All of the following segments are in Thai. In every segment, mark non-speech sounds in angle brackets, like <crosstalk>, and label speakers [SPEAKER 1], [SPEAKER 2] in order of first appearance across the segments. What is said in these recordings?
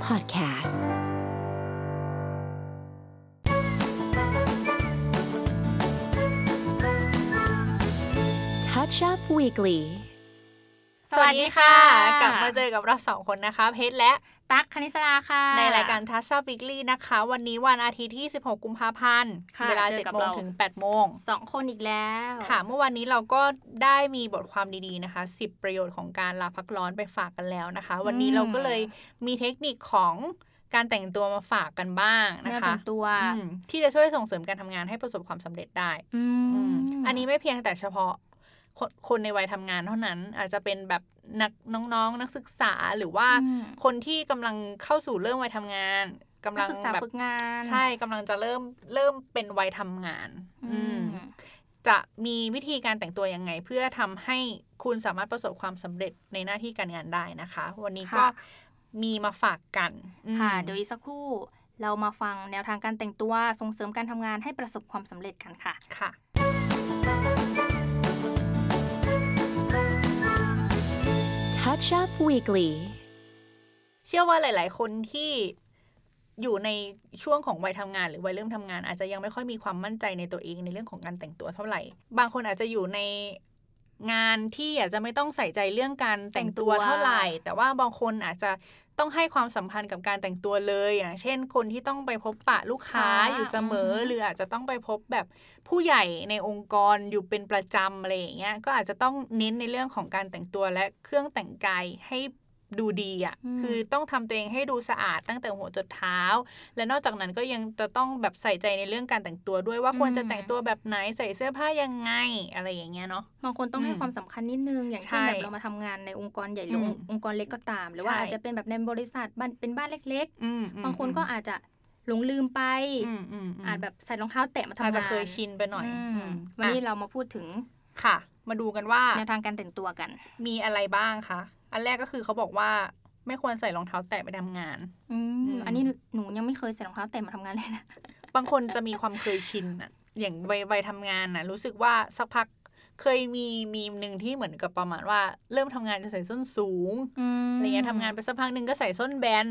[SPEAKER 1] podcasts. Touch Up Weekly.
[SPEAKER 2] สวัสดีค่ะ
[SPEAKER 3] สวัสดีค่ะ
[SPEAKER 2] กลับมาเจอกับเราสองคนนะคะ เพชรและ
[SPEAKER 3] ตั๊กคณิสราค่ะ
[SPEAKER 2] ในรายการทัชชาวิกลี่นะคะ วันนี้วันอาทิตย์ที่ 16 กุมภาพันธ์
[SPEAKER 3] ค่ะ
[SPEAKER 2] เวลา
[SPEAKER 3] เจอกั
[SPEAKER 2] 7
[SPEAKER 3] บ
[SPEAKER 2] โมง
[SPEAKER 3] เรา
[SPEAKER 2] ถึง 8 โมง
[SPEAKER 3] สองคนอีกแล้ว
[SPEAKER 2] ค่ะ เมื่อวันนี้เราก็ได้มีบทความดีๆนะคะ 10 ประโยชน์ของการลาพักร้อนไปฝากกันแล้วนะคะ วันนี้เราก็เลยมีเทคนิคของการแต่งตัวมาฝากกันบ้างนะ
[SPEAKER 3] เนื้อเป็
[SPEAKER 2] คะ
[SPEAKER 3] นตัว
[SPEAKER 2] อืมที่จะช่วยส่งเสริมการทำงานให้ประสบความสำเร็จได้
[SPEAKER 3] อื
[SPEAKER 2] อืม
[SPEAKER 3] ม
[SPEAKER 2] อันนี้ไม่เพียงแต่เฉพาะคนคนในวัยทำงานเท่านั้น อาจจะเป็นแบบนักน้องๆ นักศึกษาหรือว่า
[SPEAKER 3] อืม
[SPEAKER 2] คนที่กำลังเข้าสู่เรื่องวัยทำงานกำ
[SPEAKER 3] นั
[SPEAKER 2] ลั
[SPEAKER 3] ก
[SPEAKER 2] ง
[SPEAKER 3] ศึกษา
[SPEAKER 2] แบบ
[SPEAKER 3] ฝึกงาน
[SPEAKER 2] ใช่กำลังจะเริ่มเริ่มเป็นวัยทำงาน
[SPEAKER 3] อื
[SPEAKER 2] อื
[SPEAKER 3] ม
[SPEAKER 2] มจะมีวิธีการแต่งตัวยังไง เพื่อทำให้คุณสามารถประสบความสำเร็จในหน้าที่การงานได้นะคะ วันนี้ก็
[SPEAKER 3] ค่ะ
[SPEAKER 2] มีมาฝากกันอืม
[SPEAKER 3] ค่ะ เดี๋ยวอีกสักครู่ เรามาฟังแนวทางการแต่งตัวส่งเสริมการทำงานให้ประสบความสำเร็จกันค่ะ
[SPEAKER 2] ค่ะ
[SPEAKER 1] Touch Up Weekly.
[SPEAKER 2] เชื่อว่าหลาย ๆ คนที่อยู่ในช่วงของวัยทำงาน หรือวัยเริ่มทำงาน อาจจะยังไม่ค่อยมีความมั่นใจในตัวเองในเรื่องของการแต่งตัวเท่าไหร่ บางคนอาจจะอยู่ในงานที่อาจจะไม่ต้องใส่ใจเรื่องการแต่งตัว
[SPEAKER 3] แต่งตัว
[SPEAKER 2] เท่าไหร่ แต่ว่าบางคนอาจจะต้องให้ความสำคัญกับการแต่งตัวเลยอย่างเช่น คนที่ต้องไปพบปะลูกค้าอยู่เสมออหรืออาจจะต้องไปพบแบบผู้ใหญ่ในองค์กรอยู่เป็นประจำอะไรอย่างเงี้ยก็อาจจะต้องเน้นในเรื่องของการแต่งตัวและเครื่องแต่งกายให้ดูดีอะ่ะ
[SPEAKER 3] อืม
[SPEAKER 2] คือต้องทำตัวเองให้ดูสะอาดตั้งแต่หัวจนเท้า และนอกจากนั้นก็ยังจะต้องแบบใส่ใจในเรื่องการแต่งตัวด้วยว่าควรจะแต่งตัวแบบไหนใส่เสื้อผ้ายังไงอะไรอย่างเงี้ยเนาะ
[SPEAKER 3] บางคนต้องให้
[SPEAKER 2] อืม
[SPEAKER 3] ความสำคัญนิดนึง อย่างเช่น
[SPEAKER 2] ใช่
[SPEAKER 3] แบบเรามาทำงานในองค์กรใหญ่หรือ
[SPEAKER 2] ม
[SPEAKER 3] องค์องค์กรเล็กก็ตาม หรือว่า
[SPEAKER 2] ใช่
[SPEAKER 3] อาจจะเป็นแบบในบริษัทบ้านเป็นบ้านเล็ก
[SPEAKER 2] อืมอืม
[SPEAKER 3] ๆ บางคนก็อาจจะหลงลืมไป
[SPEAKER 2] อืมอืมม
[SPEAKER 3] อาจแบบใส่รองเท้าแตะมาทำงาน
[SPEAKER 2] อาจจะเคยชินไปหน่อย
[SPEAKER 3] ม
[SPEAKER 2] อืม
[SPEAKER 3] วันนี้
[SPEAKER 2] อ่ะ
[SPEAKER 3] เรามาพูดถึง
[SPEAKER 2] ค่ะ มาดูกันว่า
[SPEAKER 3] แนวทางการแต่งตัวกัน
[SPEAKER 2] มีอะไรบ้างคะ อันแรกก็คือเขาบอกว่าไม่ควรใส่รองเท้าแตะไปทำงาน
[SPEAKER 3] อืม
[SPEAKER 2] อืม
[SPEAKER 3] อันนี้หนูยังไม่เคยใส่รองเท้าแตะมาทำงานเลยนะ
[SPEAKER 2] บางคนจะมีความเคยชินอะอย่างวัยวัยทำงานนะรู้สึกว่าสักพักเคยมีมีมหนึ่งที่เหมือนกับประมาณว่า เริ่มทำงานจะใส่ส้นสูงอะไรเงี้ยทำงานไปสักพักหนึ่งก็ใส่ส้นแบน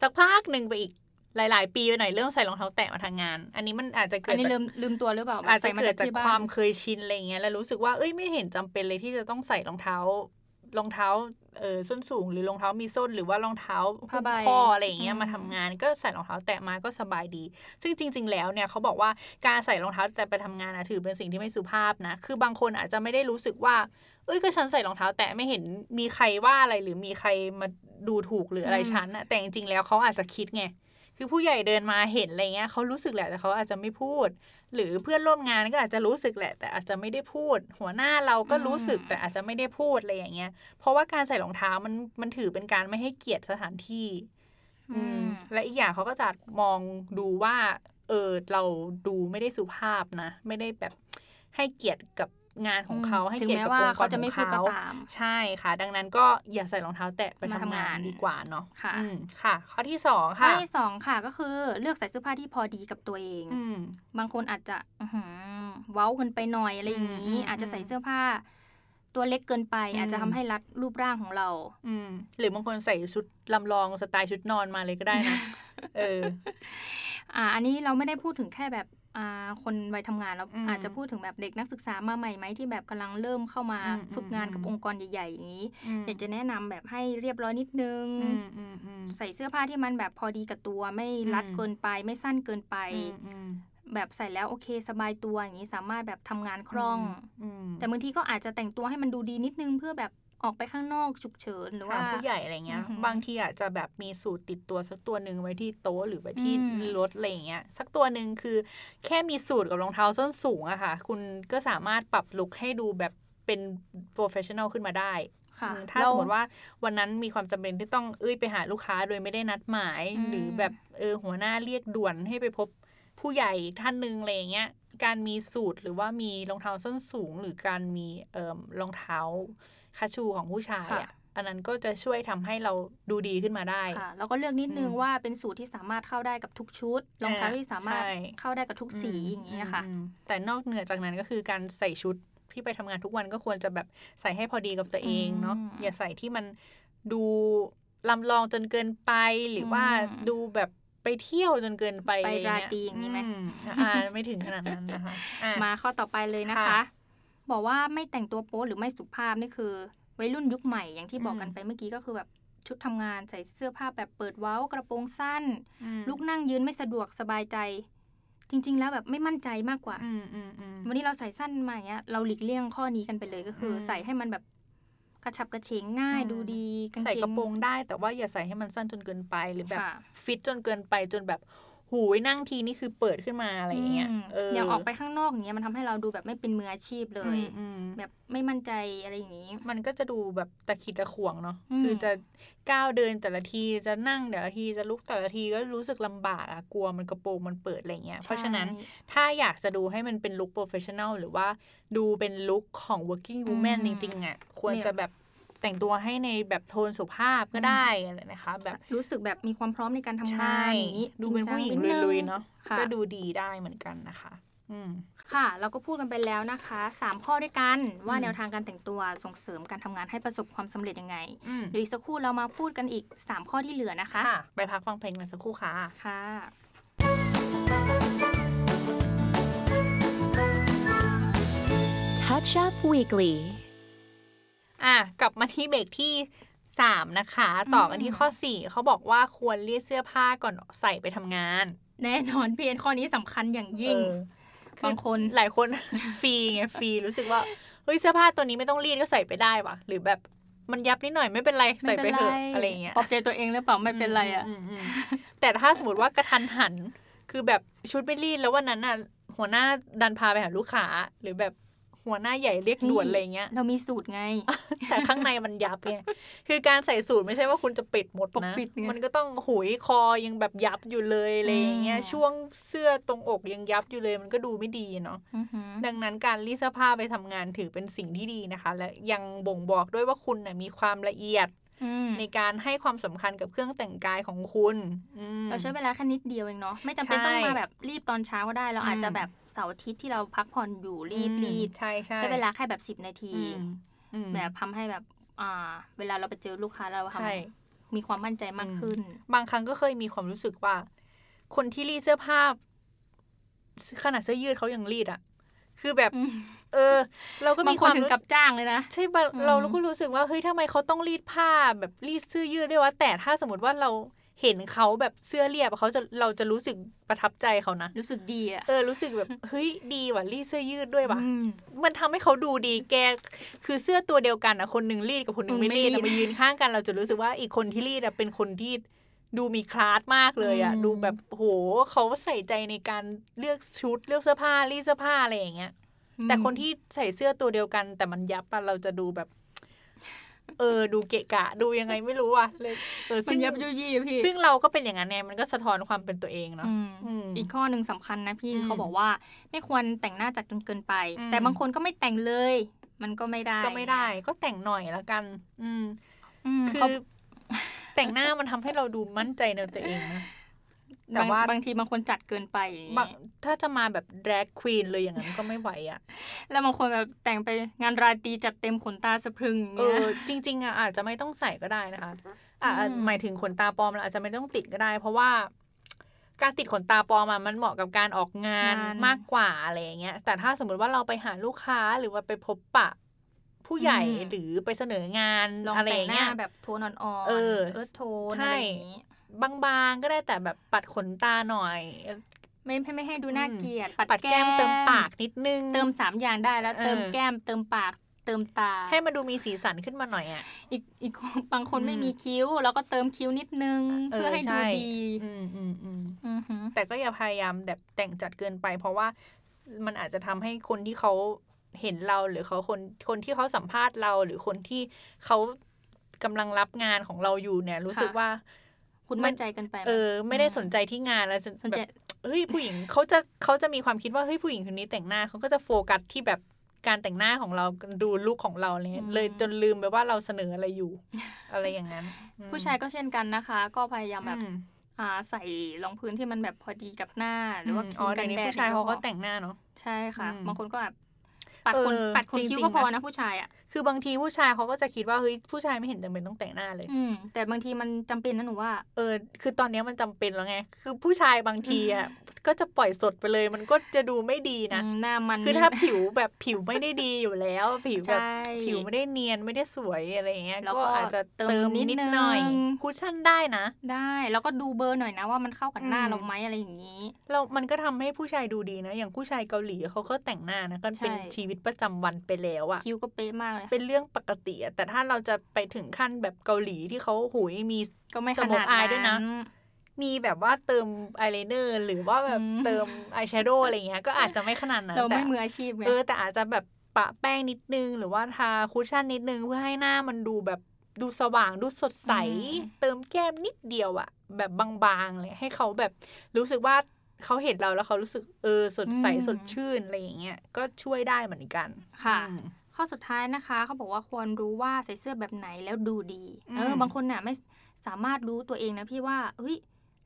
[SPEAKER 2] สักพักหนึ่งไปอีกหลาย ๆ ปีไปหน่อยเริ่มใส่รองเท้าแตะมาทางงาน อันนี้มันอาจจะ
[SPEAKER 3] อั
[SPEAKER 2] เกิ
[SPEAKER 3] น
[SPEAKER 2] ด
[SPEAKER 3] นี้
[SPEAKER 2] จาก
[SPEAKER 3] ลืมลืมตัวหรือเปล่า
[SPEAKER 2] อาจจะเกิดจาก
[SPEAKER 3] ที่บ้น
[SPEAKER 2] ความเคยชินอะไรเงี้ยแล้วรู้สึกว่าเอ้ยไม่เห็นจำเป็นเลยที่จะต้องใส่รองเท้ารองเท้าเออส้นสูง หรือรองเท้ามีส้นหรือว่ารองเท้าหุ้มข้ออะไรอย่างเงี้ยมาทำงานก็ใส่รองเท้าแตะมาก็สบายดี ซึ่งจริง ๆ แล้วเนี่ยเขาบอกว่าการใส่รองเท้าแต่ไปทำงานนะถือเป็นสิ่งที่ไม่สุภาพนะ คือบางคนอาจจะไม่ได้รู้สึกว่า เอ้ยก็ฉันใส่รองเท้า แตะไม่เห็นมีใครว่าอะไรหรือมีใครมาดูถูกหรืออะไรฉันอะแต่จริง ๆ แล้วเขาอาจจะคิดไง คือผู้ใหญ่เดินมาเห็นอะไรเงี้ยเขารู้สึกแหละแต่เขาอาจจะไม่พูด หรือเพื่อนร่วมงานก็อาจจะรู้สึกแหละ แต่อาจจะไม่ได้พูด หัวหน้าเราก็รู้สึกแต่อาจจะไม่ได้พูดอะไรอย่างเงี้ย เพราะว่าการใส่รองเท้ามันมันถือเป็นการไม่ให้เกียรติสถานที่
[SPEAKER 3] อืม
[SPEAKER 2] และอีกอย่างเขาก็จะมองดูว่า เออเราดูไม่ได้สุภาพนะ ไม่ได้แบบให้เกียรติกับงานของเขาให้
[SPEAKER 3] ถึง
[SPEAKER 2] เกียร
[SPEAKER 3] แม้
[SPEAKER 2] ติกับ
[SPEAKER 3] ว่า
[SPEAKER 2] องค์ก
[SPEAKER 3] เขา
[SPEAKER 2] ร
[SPEAKER 3] จะ
[SPEAKER 2] ข
[SPEAKER 3] ไม่
[SPEAKER 2] อง
[SPEAKER 3] พูดก็
[SPEAKER 2] เขา
[SPEAKER 3] ตาม
[SPEAKER 2] ใช่ค่ะ ดังนั้นก็อย่าใส่รองเท้าแตะไป
[SPEAKER 3] มา
[SPEAKER 2] ทำ
[SPEAKER 3] ทำ
[SPEAKER 2] งาน
[SPEAKER 3] งาน
[SPEAKER 2] ดีกว่าเนาะ
[SPEAKER 3] ค่ะ
[SPEAKER 2] อืมค่ะ ข้อที่สอง
[SPEAKER 3] ข้อ
[SPEAKER 2] ค่ะ
[SPEAKER 3] ที่สองค่ะก็คือเลือกใส่เสื้อผ้าที่พอดีกับตัวเอง
[SPEAKER 2] อืม
[SPEAKER 3] บางคนอาจจะอื้อหือเว้ากันไปหน่อยอะไรอย่างนี้
[SPEAKER 2] อืมอืม
[SPEAKER 3] อาจจะใส่เสื้อผ้า ตัวเล็กเกินไป
[SPEAKER 2] อืม
[SPEAKER 3] อาจจะทำให้รัดรูปร่างของเรา
[SPEAKER 2] อืมหรือบางคนใส่ชุดลำลองสไตล์ชุดนอนมาเลยก็ได้ <laughs> นะ เออ
[SPEAKER 3] อ่าอันนี้เราไม่ได้พูดถึงแค่แบบอ่าคนวัยทำงานเรา
[SPEAKER 2] อืม
[SPEAKER 3] อาจจะพูดถึงแบบเด็กนักศึกษามาใหม่ไหมที่แบบกำลังเริ่มเข้ามา
[SPEAKER 2] อืม
[SPEAKER 3] ฝึกงานกับ
[SPEAKER 2] อืม
[SPEAKER 3] องค์กรใหญ่ๆอย่างนี้
[SPEAKER 2] อืม
[SPEAKER 3] อยากจะแนะนำแบบให้เรียบร้อยนิดนึง
[SPEAKER 2] อืมอืมอืม
[SPEAKER 3] ใส่เสื้อผ้าที่มันแบบพอดีกับตัวไม่รัด
[SPEAKER 2] อืม
[SPEAKER 3] เกินไป ไม่สั้นเกินไป
[SPEAKER 2] อืมอืม
[SPEAKER 3] แบบใส่แล้วโอเคสบายตัวอย่างนี้สามารถแบบทำงานคล่อง
[SPEAKER 2] อืม
[SPEAKER 3] แต่บางทีก็อาจจะแต่งตัวให้มันดูดีนิดนึงเพื่อแบบออกไปข้างนอกฉุกเฉินหรือว่า
[SPEAKER 2] ถามผู้ใหญ่อะไรเงี้ย
[SPEAKER 3] อือหือบ
[SPEAKER 2] างทีอาจจะแบบมีสูตรติดตัวสักตัวหนึ่งไว้ที่โต๊ะหรือไว้ที่
[SPEAKER 3] อืม
[SPEAKER 2] รถอะไรเงี้ย สักตัวหนึ่งคือ แค่มีสูตรกับรองเท้าส้นสูงอะค่ะ คุณก็สามารถปรับลุคให้ดูแบบเป็นโปรเฟชชั่นอลขึ้นมาได้
[SPEAKER 3] ค่ะ
[SPEAKER 2] อืมถ้า
[SPEAKER 3] เร
[SPEAKER 2] สมมติว่าวันนั้นมีความจำเป็นที่ต้องเอ้ยไปหาลูกค้าโดยไม่ได้นัดหมาย
[SPEAKER 3] อืม
[SPEAKER 2] หรือแบบเออหัวหน้าเรียกด่วนให้ไปพบผู้ใหญ่ท่านหนึ่งอะไรอย่างเงี้ยการมีสูตรหรือว่ามีรองเท้าส้นสูง หรือการมีเอ่อรองเท้าคาชูของผู้ชายอ่ะ
[SPEAKER 3] ค่ะ
[SPEAKER 2] อันนั้นก็จะช่วยทำให้เราดูดีขึ้นมาได้
[SPEAKER 3] ค่ะแล้วก็เลือกนิดนึง
[SPEAKER 2] อืม
[SPEAKER 3] ว่าเป็นสูตรที่สามารถเข้าได้กับทุกชุดรองเท้าที่สามารถ
[SPEAKER 2] ใช่
[SPEAKER 3] เข้าได้กับทุกสีอย่างนี้ยค่ะ
[SPEAKER 2] อืมอืมแต่นอกเหนือจากนั้นก็คือการใส่ชุดที่ไปทำงานทุกวันก็ควรจะแบบใส่ให้พอดีกับตัวเองเนาะ
[SPEAKER 3] อืม
[SPEAKER 2] อย่าใส่ที่มันดู ลำลองจนเกินไปหรือว่า
[SPEAKER 3] อืม
[SPEAKER 2] ดูแบบไปเที่ยวจนเกินไป
[SPEAKER 3] ไป
[SPEAKER 2] อะ
[SPEAKER 3] รา
[SPEAKER 2] เ
[SPEAKER 3] ตรีอย่างนี้ไหม
[SPEAKER 2] มอ่าไม่ถึงขนาดนั้นนะคะอ่ะ
[SPEAKER 3] มาข้อต่อไปเลยนะคะ
[SPEAKER 2] ค่ะ
[SPEAKER 3] บอกว่าไม่แต่งตัวโป๊หรือไม่สุภาพนี่คือวัยรุ่นยุคใหม่อย่างที่บอกกัน
[SPEAKER 2] อืม
[SPEAKER 3] ไปเมื่อกี้ก็คือแบบชุดทำงานใส่เสื้อผ้าแบบเปิดเว้ากระโปรงสั้น
[SPEAKER 2] อืม
[SPEAKER 3] ลุกนั่งยืนไม่สะดวกสบายใจ จริง ๆ แล้วแบบไม่มั่นใจมากกว่า
[SPEAKER 2] อืมอืมอืม
[SPEAKER 3] วันนี้เราใส่สั้นมาอย่างเงี้ย เราหลีกเลี่ยงข้อนี้กันไปเลยก็คืออ
[SPEAKER 2] ม
[SPEAKER 3] ใส่ให้มันแบบกระชับกระเฉงง่าย
[SPEAKER 2] อืม
[SPEAKER 3] ดูดีกางเกง
[SPEAKER 2] ใส่กระโปรงได้ แต่ว่าอย่าใส่ให้มันสั้นจนเกินไปหรือแบบ
[SPEAKER 3] ค่ะ
[SPEAKER 2] ฟิตจนเกินไปจนแบบหูยนั่งทีนี่คือเปิดขึ้นมาอะไรอย่างเงี้ย
[SPEAKER 3] ม
[SPEAKER 2] เออ
[SPEAKER 3] อ
[SPEAKER 2] อย่าง
[SPEAKER 3] ออกไปข้างนอกอย่างเงี้ยมันทำให้เราดูแบบไม่เป็นมืออาชีพเลย
[SPEAKER 2] อืมอืม
[SPEAKER 3] แบบไม่มั่นใจอะไรอย่างนี้
[SPEAKER 2] มันก็จะดูแบบตะขิดตะขวงเนาะ
[SPEAKER 3] อืม
[SPEAKER 2] คือจะก้าวเดินแต่ละที จะนั่งแต่ละที จะลุกแต่ละทีก็รู้สึกลำบากอะกลัวมันกระโปรงมันเปิดอะไรเงี้ย เพราะฉะนั้น
[SPEAKER 3] ใช่
[SPEAKER 2] ถ้าอยากจะดูให้มันเป็นลุคโปรเฟชชั่น a ลหรือว่าดูเป็นลุคของ working woman
[SPEAKER 3] อืม
[SPEAKER 2] จริงๆอะควร
[SPEAKER 3] เนี่ย
[SPEAKER 2] จะแบบแต่งตัวให้ในแบบโทนสุภาพก็ได้อะไรนะคะ แบบ
[SPEAKER 3] รู้สึกแบบมีความพร้อมในการทำงา
[SPEAKER 2] ใช่
[SPEAKER 3] นอย่างนี้
[SPEAKER 2] ดูเป็นผู้หญิง
[SPEAKER 3] จริจั
[SPEAKER 2] ลุยๆเนาะ
[SPEAKER 3] ค่ะ
[SPEAKER 2] ก็ดูดีได้เหมือนกันนะคะ อืม
[SPEAKER 3] ค่ะ เราก็พูดกันไปแล้วนะคะสามข้อด้วยกันว่า
[SPEAKER 2] อืม
[SPEAKER 3] แนวทางการแต่งตัวส่งเสริมการทำงานให้ประสบความสำเร็จยังไง
[SPEAKER 2] อืม
[SPEAKER 3] เดี๋ยวอีกสักครู่เรามาพูดกันอีกสามข้อที่เหลือนะคะ
[SPEAKER 2] ค่ะ ไปพักฟังเพลงกันสักครู่ค่ะ
[SPEAKER 3] ค่ะ
[SPEAKER 1] Touch Up Weekly.
[SPEAKER 2] อ่ะกลับมาที่เบรกที่ 3 นะคะ ต่อกันที่ข้อ 4 เขาบอกว่าควรเรียกเสื้อผ้าก่อนใส่ไปทำงาน
[SPEAKER 3] แน่นอน <laughs> เพียนข้อนี้สำคัญอย่างยิ่ง
[SPEAKER 2] เอออบ
[SPEAKER 3] างคน
[SPEAKER 2] หลายคน <laughs> ฟรีไงฟรีรู้สึกว่าเฮ้ยเสื้อผ้าตัวนี้ไม่ต้องรีดก็ใส่ไปได้วะหรือแบบมันยับนิดหน่อยไม่เป็นไรใส่ไปเถอะอะไรอย่างเงี้ย
[SPEAKER 3] ปลอบใจตัวเองหรือเปล่าไม่เป็นไรอ่ะ
[SPEAKER 2] มมอืมแต่ถ้าสมมติว่ากระทันหัน คือแบบชุดไม่รีดแล้ววันนั้นน่ะหัวหน้าดันพาไปหาลูกค้าหรือแบบหัวหน้าใหญ่เรียกด่วนอะไรอย่างเงี้ย
[SPEAKER 3] เรามีสูตรไง
[SPEAKER 2] <laughs> แต่ข้างในมันยับไง คือการใส่สูตรไม่ใช่ว่าคุณจะปิดหมด
[SPEAKER 3] ปก
[SPEAKER 2] นะ
[SPEAKER 3] ปิดไง
[SPEAKER 2] มันก็ต้องหุยคอยังแบบยับอยู่เลยอะไรอย่างเงี้ย
[SPEAKER 3] อืม
[SPEAKER 2] ช่วงเสื้อตรงอกยังยับอยู่เลยมันก็ดูไม่ดีเนาะ
[SPEAKER 3] อื้อหือ
[SPEAKER 2] ดังนั้นการรีดเสื้อผ้าไปทำงานถือเป็นสิ่งที่ดีนะคะ และยังบ่งบอกด้วยว่าคุณน่ะมีความละเอียด
[SPEAKER 3] อืม
[SPEAKER 2] ในการให้ความสำคัญกับเครื่องแต่งกายของคุณอืม
[SPEAKER 3] เราใช้เวลาแค่นิดเดียวเองเนาะ ไม่จำเป็นต้
[SPEAKER 2] ใช่
[SPEAKER 3] องมาแบบรีบตอนเช้าก็ได้ เราอาจ
[SPEAKER 2] อืม
[SPEAKER 3] จะแบบเสาร์อาทิตย์ที่เราพักผ่อนอยู่รีบ
[SPEAKER 2] อืม
[SPEAKER 3] รีด
[SPEAKER 2] ใช่ใช่
[SPEAKER 3] ใช้เวลาแค่แบบ 10 นาที
[SPEAKER 2] อืมอืม
[SPEAKER 3] แบบทำให้แบบอ่าเวลาเราไปเจอลูกค้าเราท
[SPEAKER 2] ใช่
[SPEAKER 3] ำมีความมั่นใจมากขึ้น
[SPEAKER 2] บางครั้งก็เคยมีความรู้สึกว่า คนที่รีดเสื้อผ้าขนาดเสื้อยืดเขายังรีดอะคือแบบ
[SPEAKER 3] อืม
[SPEAKER 2] เออ เราก็
[SPEAKER 3] บา
[SPEAKER 2] มี
[SPEAKER 3] งค
[SPEAKER 2] คน วาม
[SPEAKER 3] ถึง
[SPEAKER 2] รู้
[SPEAKER 3] กับจ้างเลยนะ
[SPEAKER 2] ใช่ปะ
[SPEAKER 3] อืม
[SPEAKER 2] เราก็รู้สึกว่าเฮ้ยทำไมเขาต้องรีดผ้าแบบรีดเสื้อยืดด้วยวะแต่ถ้าสมมติว่าเราเห็นเขาแบบเสื้อเรียบเขาจะเราจะรู้สึกประทับใจเขานะ
[SPEAKER 3] รู้สึกดีอ่ะ
[SPEAKER 2] เออรู้สึกแบบเฮ้ยดีว่ะรีดเสื้อยืดด้วยว่ะ
[SPEAKER 3] อืม
[SPEAKER 2] มันทำให้เขาดูดีแก คือเสื้อตัวเดียวกันนะคนหนึ่งรีดกับคนหนึ่งไม่รีด
[SPEAKER 3] อืมไม่รีด
[SPEAKER 2] นะมายืนข้างกันเราจะรู้สึกว่าอีกคนที่รีดอะเป็นคนที่ดูมีคลาสมากเลยอะ
[SPEAKER 3] อืม
[SPEAKER 2] ดูแบบโหเขาใส่ใจในการเลือกชุดเลือกเสื้อผ้ารีดเสื้อผ้าอะไรอย่างเงี้ย แต่คนที่ใส่เสื้อตัวเดียวกัน แต่มันยับอะเราจะดูแบบ เออ ดูเกะกะ ดูยังไงไม่รู้อะเลยเออ
[SPEAKER 3] มั
[SPEAKER 2] ซึ่
[SPEAKER 3] น
[SPEAKER 2] ง
[SPEAKER 3] ยับยุยี่อะพี่
[SPEAKER 2] ซึ่งเราก็เป็นอย่างนั้นไงมันก็สะท้อนความเป็นตัวเองเนาะ
[SPEAKER 3] อืม
[SPEAKER 2] อืม
[SPEAKER 3] อีกข้อหนึ่งสำคัญนะพี่
[SPEAKER 2] อืม
[SPEAKER 3] เขาบอกว่าไม่ควรแต่งหน้าจัดจนเกินไป
[SPEAKER 2] อืม
[SPEAKER 3] แต่บางคนก็ไม่แต่งเลย มันก็ไม่ได้
[SPEAKER 2] ก็ไม่ได้ก็แต่งหน่อยละกัน อืม
[SPEAKER 3] อืม
[SPEAKER 2] คื
[SPEAKER 3] เขา
[SPEAKER 2] อ <laughs> แต่งหน้ามันทำให้เราดูมั่นใจในตัวเองนะ แต่
[SPEAKER 3] บาง
[SPEAKER 2] ว่า
[SPEAKER 3] บางทีบางคนจัดเกินไปอย่างงี้
[SPEAKER 2] บางถ้าจะมาแบบแดกควีนเลยอย่างนั้นก็ไม่ไหวอ่ะ
[SPEAKER 3] แล้วบางคนแบบแต่งไปงานราตรีจัดเต็มขนตาสะพรึงอย่าง
[SPEAKER 2] เอ
[SPEAKER 3] เงี้ย
[SPEAKER 2] อ จริง ๆอ่ะอาจจะไม่ต้องใส่ก็ได้นะคะ อ่ะอ่ะ
[SPEAKER 3] อืม
[SPEAKER 2] หมายถึงขนตาปลอมเราอาจจะไม่ต้องติดก็ได้ เพราะว่าการติดขนตาปลอมอะมันเหมาะกับการออกงานมากกว่าอะไรอย่างเงี้ย แต่ถ้าสมมติว่าเราไปหาลูกค้าหรือว่าไปพบปะ ผู้ใหญ่หรือไปเสนองาน
[SPEAKER 3] ลอง
[SPEAKER 2] อะไร
[SPEAKER 3] แต่
[SPEAKER 2] อ
[SPEAKER 3] ห
[SPEAKER 2] ง ย่างเงี้
[SPEAKER 3] น้าย แบบโทนอ่อนๆ
[SPEAKER 2] เออ
[SPEAKER 3] เอิร์ธโทน
[SPEAKER 2] ใช่
[SPEAKER 3] อะไรอย่างงี้
[SPEAKER 2] บางๆก็ได้แต่แบบปัดขนตาหน่อย
[SPEAKER 3] ไม่ให้ไม่ให้ดูน่า
[SPEAKER 2] อืม
[SPEAKER 3] เกลียด
[SPEAKER 2] ปัดแก้มเติมปากนิดนึง
[SPEAKER 3] เติมสามอย่างได้แล้ว เติม
[SPEAKER 2] เออ
[SPEAKER 3] แก้มเติมปากเติมตา
[SPEAKER 2] ให้มันดูมีสีสันขึ้นมาหน่อยอ่ะ
[SPEAKER 3] อีกอีกคนบางคน
[SPEAKER 2] อืม
[SPEAKER 3] ไม่มีคิ้ว แล้วก็เติมคิ้วนิดนึง
[SPEAKER 2] เออ
[SPEAKER 3] เพื่อให้
[SPEAKER 2] ใช่
[SPEAKER 3] ดูดี
[SPEAKER 2] อืมอืมอืม
[SPEAKER 3] อือหือ
[SPEAKER 2] แต่ก็อย่าพยายามแบบแต่งจัดเกินไป เพราะว่ามันอาจจะทำให้คนที่เขาเห็นเราหรือเขาคนคนที่เขาสัมภาษณ์เรา หรือคนที่เขากำลังรับงานของเราอยู่เนี่ย รู้สึก
[SPEAKER 3] ค่ะ
[SPEAKER 2] ว่า
[SPEAKER 3] คุณ
[SPEAKER 2] มั
[SPEAKER 3] มั่
[SPEAKER 2] น
[SPEAKER 3] นใจเกันไปไหม
[SPEAKER 2] เออ ไม่ได้สนใจที่งานแล้วจะ
[SPEAKER 3] สน
[SPEAKER 2] แบ
[SPEAKER 3] ใจ
[SPEAKER 2] บเฮ้ยผู้หญิงเขาจะเขาจะมีความคิดว่าเฮ้ยผู้หญิงคนนี้แต่งหน้าเขาก็จะโฟกัสที่แบบการแต่งหน้าของเราดูลุคของเราอะไรเนี่ย
[SPEAKER 3] อืม
[SPEAKER 2] เลยจนลืมไปว่าเราเสนออะไรอยู่ อะไรอย่างนั้นอืม
[SPEAKER 3] ผู้ชายก็เช่นกันนะคะ ก็พยายามแบบ
[SPEAKER 2] อืม
[SPEAKER 3] อ่าใส่รองพื้นที่มันแบบพอดีกับหน้า หรือว่าค
[SPEAKER 2] อ๋
[SPEAKER 3] รี
[SPEAKER 2] อ
[SPEAKER 3] มกั
[SPEAKER 2] เดี๋ย
[SPEAKER 3] น
[SPEAKER 2] วนี้
[SPEAKER 3] แดด
[SPEAKER 2] ผู้ชายเขาก็
[SPEAKER 3] พอ
[SPEAKER 2] แต่งหน้าเนาะ
[SPEAKER 3] ใช่ค่ะ
[SPEAKER 2] อืม
[SPEAKER 3] บางคนก็แบบปัดขน
[SPEAKER 2] เออ
[SPEAKER 3] ปัดขนคิ้ว
[SPEAKER 2] จริงๆ
[SPEAKER 3] ก็พอ
[SPEAKER 2] นะ
[SPEAKER 3] นะผู้ชายอ่ะ
[SPEAKER 2] คือบางทีผู้ชายเขาก็จะคิดว่าเฮ้ยผู้ชายไม่เห็นจำเป็นต้องแต่งหน้าเลย
[SPEAKER 3] อืมแต่บางทีมันจำเป็นนะหนูว่า
[SPEAKER 2] เออ คือตอนเนี้ยมันจำเป็นแล้วไง คือผู้ชายบางทีอ่ะ ก็จะปล่อยสดไปเลย มันก็จะดูไม่ดีนะ
[SPEAKER 3] อืมหน้ามัน
[SPEAKER 2] คือถ้าผิวแบบผิวไม่ได้ดีอยู่แล้ว ผิวแบบ
[SPEAKER 3] ใช่
[SPEAKER 2] ผิวไม่ได้เนียนไม่ได้สวยอะไรอย่างเงี้ย
[SPEAKER 3] แล้วก็
[SPEAKER 2] ก็อาจจะ
[SPEAKER 3] เติม
[SPEAKER 2] เติม
[SPEAKER 3] นิด
[SPEAKER 2] นิดหน่อย
[SPEAKER 3] นึง
[SPEAKER 2] คุชชั่นได้นะ
[SPEAKER 3] ได้ แล้วก็ดูเบอร์หน่อยนะว่ามันเข้ากับหน้า
[SPEAKER 2] อืม
[SPEAKER 3] เราไหมอะไรอย่างนี้
[SPEAKER 2] เรามันก็ทำให้ผู้ชายดูดีนะ อย่างผู้ชายเกาหลีเขาก็แต่งหน้านะกันเป็น
[SPEAKER 3] ใช่
[SPEAKER 2] ชีวิตประจำวันไปแล้วอะ
[SPEAKER 3] คิ้วก็เป๊ะมากเลย
[SPEAKER 2] เป็นเรื่องปกติอะแต่ถ้าเราจะไปถึงขั้นแบบเกาหลีที่เขาโหูยมี
[SPEAKER 3] ก็ไม่
[SPEAKER 2] ส
[SPEAKER 3] ข
[SPEAKER 2] มมุติ
[SPEAKER 3] นาด
[SPEAKER 2] อายด้วยนะ
[SPEAKER 3] นั้น
[SPEAKER 2] มีแบบว่าเติมอายไลเนอร์หรือว่าแบบ
[SPEAKER 3] อืม
[SPEAKER 2] เติมอายแชโดว์อะไรอย่างเงี้ยก็อาจจะไม่ขนาดนั้น
[SPEAKER 3] เราไม่
[SPEAKER 2] แต่
[SPEAKER 3] มืออาชีพไง
[SPEAKER 2] เออแต่อาจจะแบบปะแป้งนิดนึง หรือว่าทาคุชชั่นนิดนึง เพื่อให้หน้ามันดูแบบดูสว่างดูสดใส เติมแก้มนิดเดียวอะแบบบางๆเลยให้เขาแบบรู้สึกว่าเขาเห็นเราแล้วเขารู้สึกเออสดใสสดชื่นอะไรอย่างเงี้ยก็ช่วยได้เหมือนกัน
[SPEAKER 3] ค่ะ
[SPEAKER 2] อืม
[SPEAKER 3] ข้อสุดท้ายนะคะเขาบอกว่าควรรู้ว่าใส่เสื้อแบบไหนแล้วดูดี
[SPEAKER 2] อืม
[SPEAKER 3] เออบางคนน่ะไม่สามารถรู้ตัวเองนะพี่ว่าเฮ้ย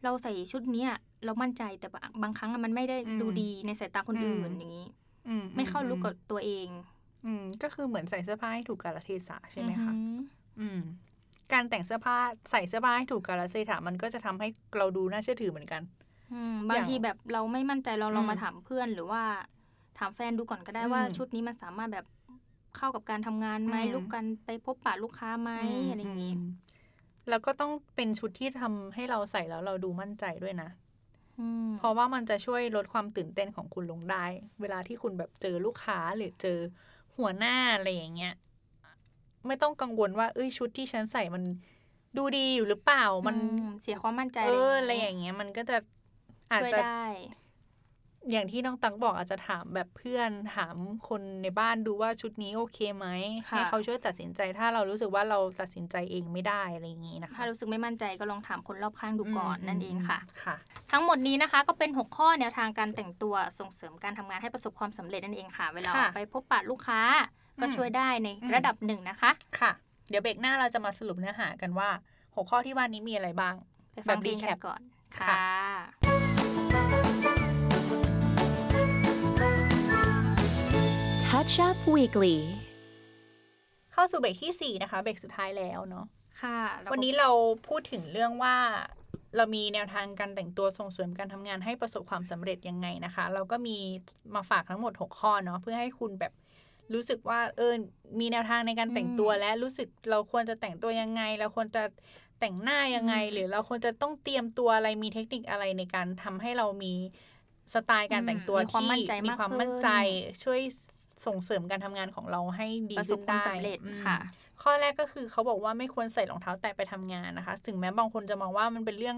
[SPEAKER 3] เราใส่ชุดเนี้ยเรามั่นใจแต่บางบางครั้งอะมันไม่ได้ดูดีในสายตาคนอื่นอย่างนี้
[SPEAKER 2] อือื
[SPEAKER 3] ไม่เข้ารู้กับตัวเอง
[SPEAKER 2] อืมก็คือเหมือนใส่เสื้อผ้าให้ถูกกาลเทศะใช่ไหมคะ
[SPEAKER 3] อือ
[SPEAKER 2] อืม การแต่งเสื้อผ้าใส่เสื้อผ้าให้ถูกกาลเทศะมันก็จะทำให้เราดูน่าเชื่อถือเหมือนกัน
[SPEAKER 3] อืมบางทีแบบเราไม่มั่นใจเราเรา
[SPEAKER 2] อืม
[SPEAKER 3] มาถามเพื่อนหรือว่า ถามแฟนดูก่อนก็ได้
[SPEAKER 2] อืม
[SPEAKER 3] ว่าชุดนี้มันสามารถแบบเข้ากับการทำงานไหม
[SPEAKER 2] อืม
[SPEAKER 3] ลูกกันไปพบปะลูกค้าไหมอะไรอย่างนี้
[SPEAKER 2] มแล้วก็ต้องเป็นชุดที่ทำให้เราใส่แล้วเราดูมั่นใจด้วยนะ
[SPEAKER 3] อืม
[SPEAKER 2] เพราะว่ามันจะช่วยลดความตื่นเต้นของคุณลงได้ เวลาที่คุณแบบเจอลูกค้าหรือเจอหัวหน้าอะไรอย่างเงี้ย ไม่ต้องกังวลว่าเอ้ยชุดที่ฉันใส่มันดูดีอยู่หรือเปล่า มัน
[SPEAKER 3] อืเสียความมั่นใจ
[SPEAKER 2] เอออะไรอย่างเงี้ย มันก็จะอาจ
[SPEAKER 3] ช่วย
[SPEAKER 2] จะ
[SPEAKER 3] ได้
[SPEAKER 2] อย่างที่น้องตังบอกอาจจะถามแบบเพื่อนถามคนในบ้านดูว่าชุดนี้โอเคไหม
[SPEAKER 3] ค่ะ
[SPEAKER 2] ให้เขาช่วยตัดสินใจถ้าเรารู้สึกว่าเราตัดสินใจเองไม่ได้อะไรอย่างนี้นะคะ
[SPEAKER 3] ถ้ารู้สึกไม่มั่นใจก็ลองถามคนรอบข้างดูก่อนนั่นเองค่ะ
[SPEAKER 2] ค่ะ
[SPEAKER 3] ทั้งหมดนี้นะคะก็เป็น 6 ข้อแนวทางการแต่งตัวส่งเสริมการทำงานให้ประสบความสำเร็จนั่นเองค่ะ เวลาอ
[SPEAKER 2] ค่ะ
[SPEAKER 3] อกไปพบปะลูกค้า ก็
[SPEAKER 2] อืม
[SPEAKER 3] ช่วยได้ใน
[SPEAKER 2] อืม
[SPEAKER 3] ระดับหนึ่งนะคะ
[SPEAKER 2] ค่ะ เดี๋ยวเบรกหน้าเราจะมาสรุปเนื้อหากันว่าหัวข้อที่ว่านี้มีอะไรบ้าง
[SPEAKER 3] ไปฟัง
[SPEAKER 2] แบบ
[SPEAKER 3] เพลงกั
[SPEAKER 2] recap
[SPEAKER 3] นก่อน
[SPEAKER 2] ค่ะ
[SPEAKER 3] ค่ะ
[SPEAKER 1] Touch Up Weekly.
[SPEAKER 2] เข้าสู่เบรกที่สี่นะคะเบรกสุดท้ายแล้วเนาะ
[SPEAKER 3] ค่ะแล้วก็
[SPEAKER 2] วันนี้เราพูดถึงเรื่องว่า เรามีแนวทางการแต่งตัวส่งเสริมการทำงานให้ประสบความสำเร็จยังไงนะคะ เราก็มีมาฝากทั้งหมด 6 ข้อเนาะเพื่อให้คุณแบบรู้สึกว่าเออมีแนวทางในการแต่งตัว
[SPEAKER 3] อืม
[SPEAKER 2] และรู้สึกเราควรจะแต่งตัวยังไง เราควรจะแต่งหน้ายังไง
[SPEAKER 3] อืม
[SPEAKER 2] หรือเราควรจะต้องเตรียมตัวอะไรมีเทคนิคอะไรในการทำให้เรามีสไตล์การแต่งตัว
[SPEAKER 3] อืมมีความ
[SPEAKER 2] ที่
[SPEAKER 3] มั่นใจ
[SPEAKER 2] มี
[SPEAKER 3] มาก
[SPEAKER 2] ความ
[SPEAKER 3] ขึ้น
[SPEAKER 2] มั่นใจช่วยส่งเสริมการทำงานของเราให้ดี
[SPEAKER 3] ประส
[SPEAKER 2] ขึ้
[SPEAKER 3] บ
[SPEAKER 2] น
[SPEAKER 3] ความ
[SPEAKER 2] ได้
[SPEAKER 3] สำเร็จ
[SPEAKER 2] อืม
[SPEAKER 3] ค่ะ
[SPEAKER 2] ข้อแรกก็คือเขาบอกว่าไม่ควรใส่รองเท้าแตะไปทำงานนะคะ ถึงแม้บางคนจะมองว่ามันเป็นเรื่อง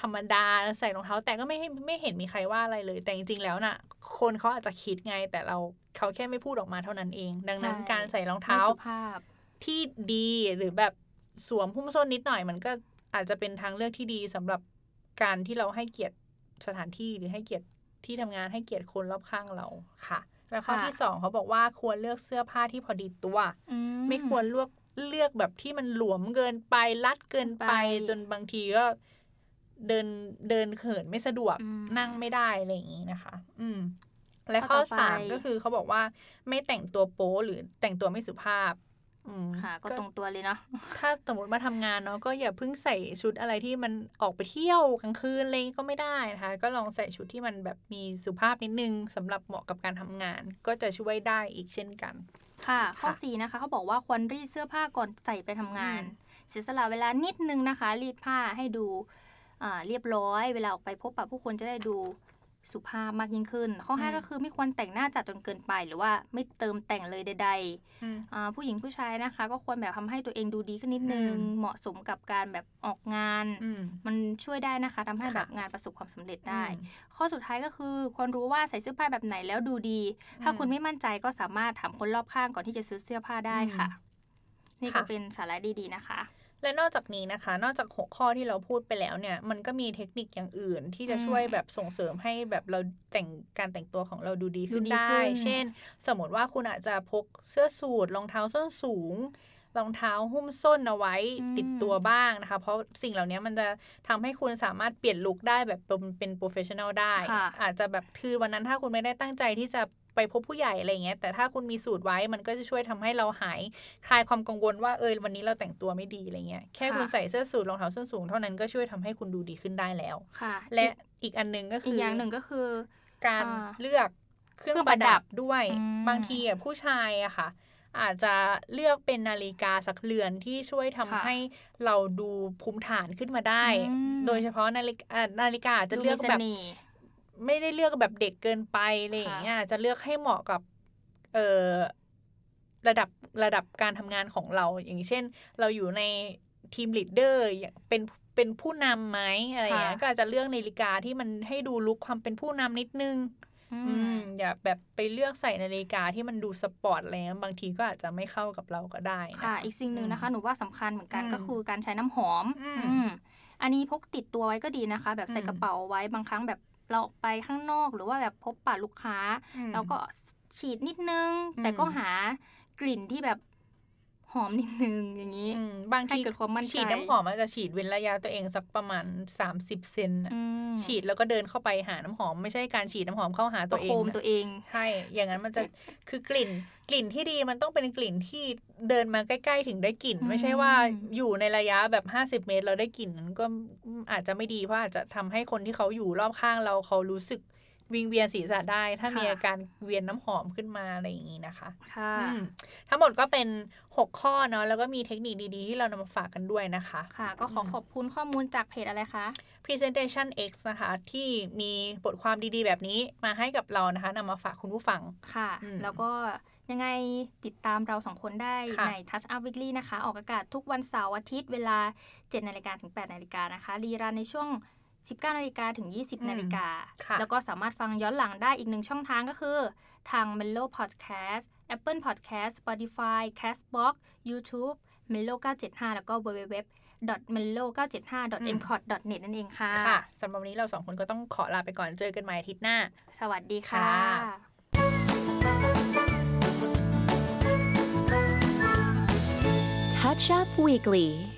[SPEAKER 2] ธรรมดาใส่รองเท้าแตะก็ไม่ให้ไม่เห็นมีใครว่าอะไรเลย แต่จริงๆแล้วน่ะ คนเขาอาจจะคิดไง แต่เราเขาแค่ไม่พูดออกมาเท่านั้นเอง ดังนั้น
[SPEAKER 3] ใช่
[SPEAKER 2] การใส่รอง
[SPEAKER 3] ไม่
[SPEAKER 2] เท้า
[SPEAKER 3] สุภาพ
[SPEAKER 2] ที่ดีหรือแบบสวมหุ้มส้นนิดหน่อย มันก็อาจจะเป็นทางเลือกที่ดีสำหรับการที่เราให้เกียรติสถานที่หรือให้เกียรติที่ทำงานให้เกียรติคนรอบข้างเราค่ะ แล้วข้อ
[SPEAKER 3] ค่ะ
[SPEAKER 2] ที่สองเขาบอกว่าควรเลือกเสื้อผ้าที่พอดีตัว
[SPEAKER 3] อื
[SPEAKER 2] ไม่ควรเลือกเลือกแบบที่มันหลวมเกินไปรัดเกินไป
[SPEAKER 3] ไป
[SPEAKER 2] จนบางทีก็เดินเดินเขินไม่สะดวก
[SPEAKER 3] อืม
[SPEAKER 2] นั่งไม่ได้อะไรอย่างนี้นะคะ อืม และ
[SPEAKER 3] ข้
[SPEAKER 2] ข้
[SPEAKER 3] อ
[SPEAKER 2] อ
[SPEAKER 3] ต่อไป
[SPEAKER 2] สามก็คือเขาบอกว่าไม่แต่งตัวโป๊หรือแต่งตัวไม่สุภาพ อืม
[SPEAKER 3] ค่ะ ก็ตรงตัวเลยเนาะ
[SPEAKER 2] ถ้าสมมติมาทำงานเนาะก็อย่าเพิ่งใส่ชุดอะไรที่มันออกไปเที่ยวกลางคืนอะไรก็ไม่ได้นะคะ ก็ลองใส่ชุดที่มันแบบมีสุภาพนิดนึงสำหรับเหมาะกับการทำงาน ก็จะช่วยได้อีกเช่นกัน
[SPEAKER 3] ค่ะ ข้อ
[SPEAKER 2] ค่ะ
[SPEAKER 3] สี่นะคะเขาบอกว่าควรรีดเสื้อผ้าก่อนใส่ไปทำงาน
[SPEAKER 2] อืม
[SPEAKER 3] เสียสละเวลานิดนึงนะคะ รีดผ้าให้ดูอ่าเรียบร้อย เวลาออกไปพบปะผู้คนจะได้ดูสุภาพมากยิ่งขึ้น ข้อห้าก็คือไม่ควรแต่งหน้าจัดจนเกินไป หรือว่าไม่เติมแต่งเลยใด ๆ
[SPEAKER 2] อืม
[SPEAKER 3] อ่าผู้หญิงผู้ชายนะคะ ก็ควรแบบทำให้ตัวเองดูดีขึ้นนิดนึง
[SPEAKER 2] อืม
[SPEAKER 3] เหมาะสมกับการแบบออกงาน
[SPEAKER 2] อืม
[SPEAKER 3] มันช่วยได้นะคะทำให้
[SPEAKER 2] ค่ะ
[SPEAKER 3] แบบงานประสบความสำเร็จได้
[SPEAKER 2] อืม
[SPEAKER 3] ข้อสุดท้ายก็คือควรรู้ว่าใส่เสื้อผ้าแบบไหนแล้วดูดี ถ้าคุณไม่มั่นใจก็สามารถถามคนรอบข้างก่อนที่จะซื้อเสื้อผ้าได้ค่ะ นี่ก็
[SPEAKER 2] ค่ะ
[SPEAKER 3] เป็นสาระดีๆนะคะ
[SPEAKER 2] และนอกจากนี้นะคะ นอกจากหัวข้อที่เราพูดไปแล้วเนี่ย มันก็มีเทคนิคอย่างอื่น ที่จะ
[SPEAKER 3] อืม
[SPEAKER 2] ช่วยแบบส่งเสริมให้แบบเราแต่งการแต่งตัวของเราดูดีขึ้น
[SPEAKER 3] ดูดี
[SPEAKER 2] ได้
[SPEAKER 3] ขึ้น
[SPEAKER 2] เช่น สมมติว่าคุณอาจจะพกเสื้อสูทรองเท้าส้นสูง รองเท้าหุ้มส้นเอาไว้ติดตัวบ้างนะคะ เพราะสิ่งเหล่านี้มันจะทำให้คุณสามารถเปลี่ยนลุคได้แบบเป็นโปรเฟชชั่นอลได้
[SPEAKER 3] ค่ะ
[SPEAKER 2] อาจจะแบบคือวันนั้นถ้าคุณไม่ได้ตั้งใจที่จะไป ไปพบผู้ใหญ่อะไรอย่างเงี้ยแต่ถ้าคุณมีสูตรไว้มันก็จะช่วยทำให้เราหายคลายความกังวลว่าเออวันนี้เราแต่งตัวไม่ดีอะไรเงี้ยแค่
[SPEAKER 3] ค่ะ
[SPEAKER 2] คุณใส่เสื้อสูทรองเท้าส้นสูงเท่านั้นก็ช่วยทำให้คุณดูดีขึ้นได้แล้ว
[SPEAKER 3] ค่ะ
[SPEAKER 2] และอีกอันหนึงก็
[SPEAKER 3] อี
[SPEAKER 2] คื
[SPEAKER 3] ก
[SPEAKER 2] อ
[SPEAKER 3] อ
[SPEAKER 2] อ
[SPEAKER 3] ย่างหนึ่งก็คือ
[SPEAKER 2] การ
[SPEAKER 3] อ่า
[SPEAKER 2] เลือกเครื่อง
[SPEAKER 3] เครื่อง
[SPEAKER 2] ป
[SPEAKER 3] ประระดั
[SPEAKER 2] ดับบ ด้วย
[SPEAKER 3] อืม
[SPEAKER 2] บางทีอะผู้ชายอะค่ะ อาจจะเลือกเป็นนาฬิกาสักเรือนที่ช่วยทำ
[SPEAKER 3] ค่ะ
[SPEAKER 2] ให้เราดูภูมิฐานขึ้นมาได้
[SPEAKER 3] อืม
[SPEAKER 2] โดยเฉพาะนาฬิกาอ่านาฬิกาอาจจะเลือก
[SPEAKER 3] ดูมี
[SPEAKER 2] แบ
[SPEAKER 3] ส
[SPEAKER 2] บ
[SPEAKER 3] น่ห์
[SPEAKER 2] ไม่ได้เลือกแบบเด็กเกินไปอะไรอย่างเงี้ยจะเลือกให้เหมาะกับเออระดับระดับการทำงานของเรา อย่างเช่น เราอยู่ในทีมลีดเดอร์เป็นเป็นผู้นำไหมอะไรอย่างเงี้ย
[SPEAKER 3] ค่ะ
[SPEAKER 2] ก็อาจจะเลือกนาฬิกาที่มันให้ดูลุคความเป็นผู้นำนิดนึง
[SPEAKER 3] อื
[SPEAKER 2] อื
[SPEAKER 3] ม
[SPEAKER 2] มอย่าแบบไปเลือกใส่นาฬิกาที่มันดูสปอร์ตอะไรเงี้ยบางทีก็อาจจะไม่เข้ากับเราก็ได้นะ
[SPEAKER 3] ค่ะ อีกสิ่งหนึ่งนะคะ หนูว่าสำคัญเหมือนกัน
[SPEAKER 2] อืม
[SPEAKER 3] ก็คือการใช้น้ำหอม
[SPEAKER 2] อืม
[SPEAKER 3] อืมอันนี้พกติดตัวไว้ก็ดีนะคะ แบบใส่
[SPEAKER 2] อืม
[SPEAKER 3] กระเป๋าไว้บางครั้งแบบเราออกไปข้างนอก หรือว่าแบบพบปะลูกค้า
[SPEAKER 2] อืม
[SPEAKER 3] เราก็ฉีดนิดนึง
[SPEAKER 2] อืม
[SPEAKER 3] แต่ก็หากลิ่นที่แบบหอมนิดนึงอย่างนี้
[SPEAKER 2] อืมบาง
[SPEAKER 3] ให้
[SPEAKER 2] ที
[SPEAKER 3] เกิดความมั่นใจ
[SPEAKER 2] ฉีดน้ำหอมอาจจะฉีดเว้นระยะตัวเองสักประมาณ 30 เซนน่ะ
[SPEAKER 3] อืม
[SPEAKER 2] ฉีดแล้วก็เดินเข้าไปหาน้ำหอม ไม่ใช่การฉีดน้ำหอมเข้าหา
[SPEAKER 3] ป
[SPEAKER 2] ตัว
[SPEAKER 3] ระ
[SPEAKER 2] เอ
[SPEAKER 3] โค
[SPEAKER 2] ง
[SPEAKER 3] ม
[SPEAKER 2] นะ
[SPEAKER 3] ตัวเอง
[SPEAKER 2] ใช่ อย่างนั้นมันจะคือกลิ่น กลิ่นที่ดีมันต้องเป็นกลิ่นที่เดินมาใกล้ ๆ ถึงได้กลิ่น
[SPEAKER 3] อืม
[SPEAKER 2] ไม่ใช่ว่าอยู่ในระยะแบบ 50 เมตร เราได้กลิ่นนั้นก็อาจจะไม่ดีเพราะอาจจะทำให้คนที่เขาอยู่รอบข้างเราเขารู้สึกวิงเวียนศีรษะได้ ถ้ามีอาการเวียนน้ำหอมขึ้นมาอะไรอย่างนี้นะคะ
[SPEAKER 3] ค่ะ
[SPEAKER 2] อืมทั้งหมดก็เป็น 6 ข้อเนาะแล้วก็มีเทคนิคดีๆ ที่เรานำมาฝากกันด้วยนะคะ
[SPEAKER 3] ค่ะ ก็ขอขอบคุณข้อมูลจากเพจอะไรคะ
[SPEAKER 2] Presentation X นะคะ ที่มีบทความดีๆ แบบนี้มาให้กับเรานะคะนำมาฝากคุณผู้ฟัง
[SPEAKER 3] ค่ะ
[SPEAKER 2] อืม
[SPEAKER 3] แล้วก็ยังไงติดตามเราสองคนได้
[SPEAKER 2] ค่ะ
[SPEAKER 3] ใน Touch Up Weekly นะคะ ออกอากาศทุกวันเสาร์อาทิตย์เวลา 7นาฬิกาถึง 8นาฬิกานะคะ รีรันในช่วง 19นาฬิกาถึง
[SPEAKER 2] อืม
[SPEAKER 3] 20นาฬิกา
[SPEAKER 2] ค่ะ
[SPEAKER 3] แล้วก็สามารถฟังย้อนหลังได้อีกหนึ่งช่องทางก็คือ ทาง Melo Podcast Apple Podcast Spotify Castbox YouTube Melo 975 แล้วก็ www melo 975 m c o t net นั่นเองค่ะ
[SPEAKER 2] ค่ะสำหรับวันนี้เราสองคนก็ต้องขอลาไปก่อนเจอกันใหม่อาทิตย์หน้า
[SPEAKER 3] สวัสดีค่ะ
[SPEAKER 2] ค่ะ
[SPEAKER 1] Touch Up Weekly.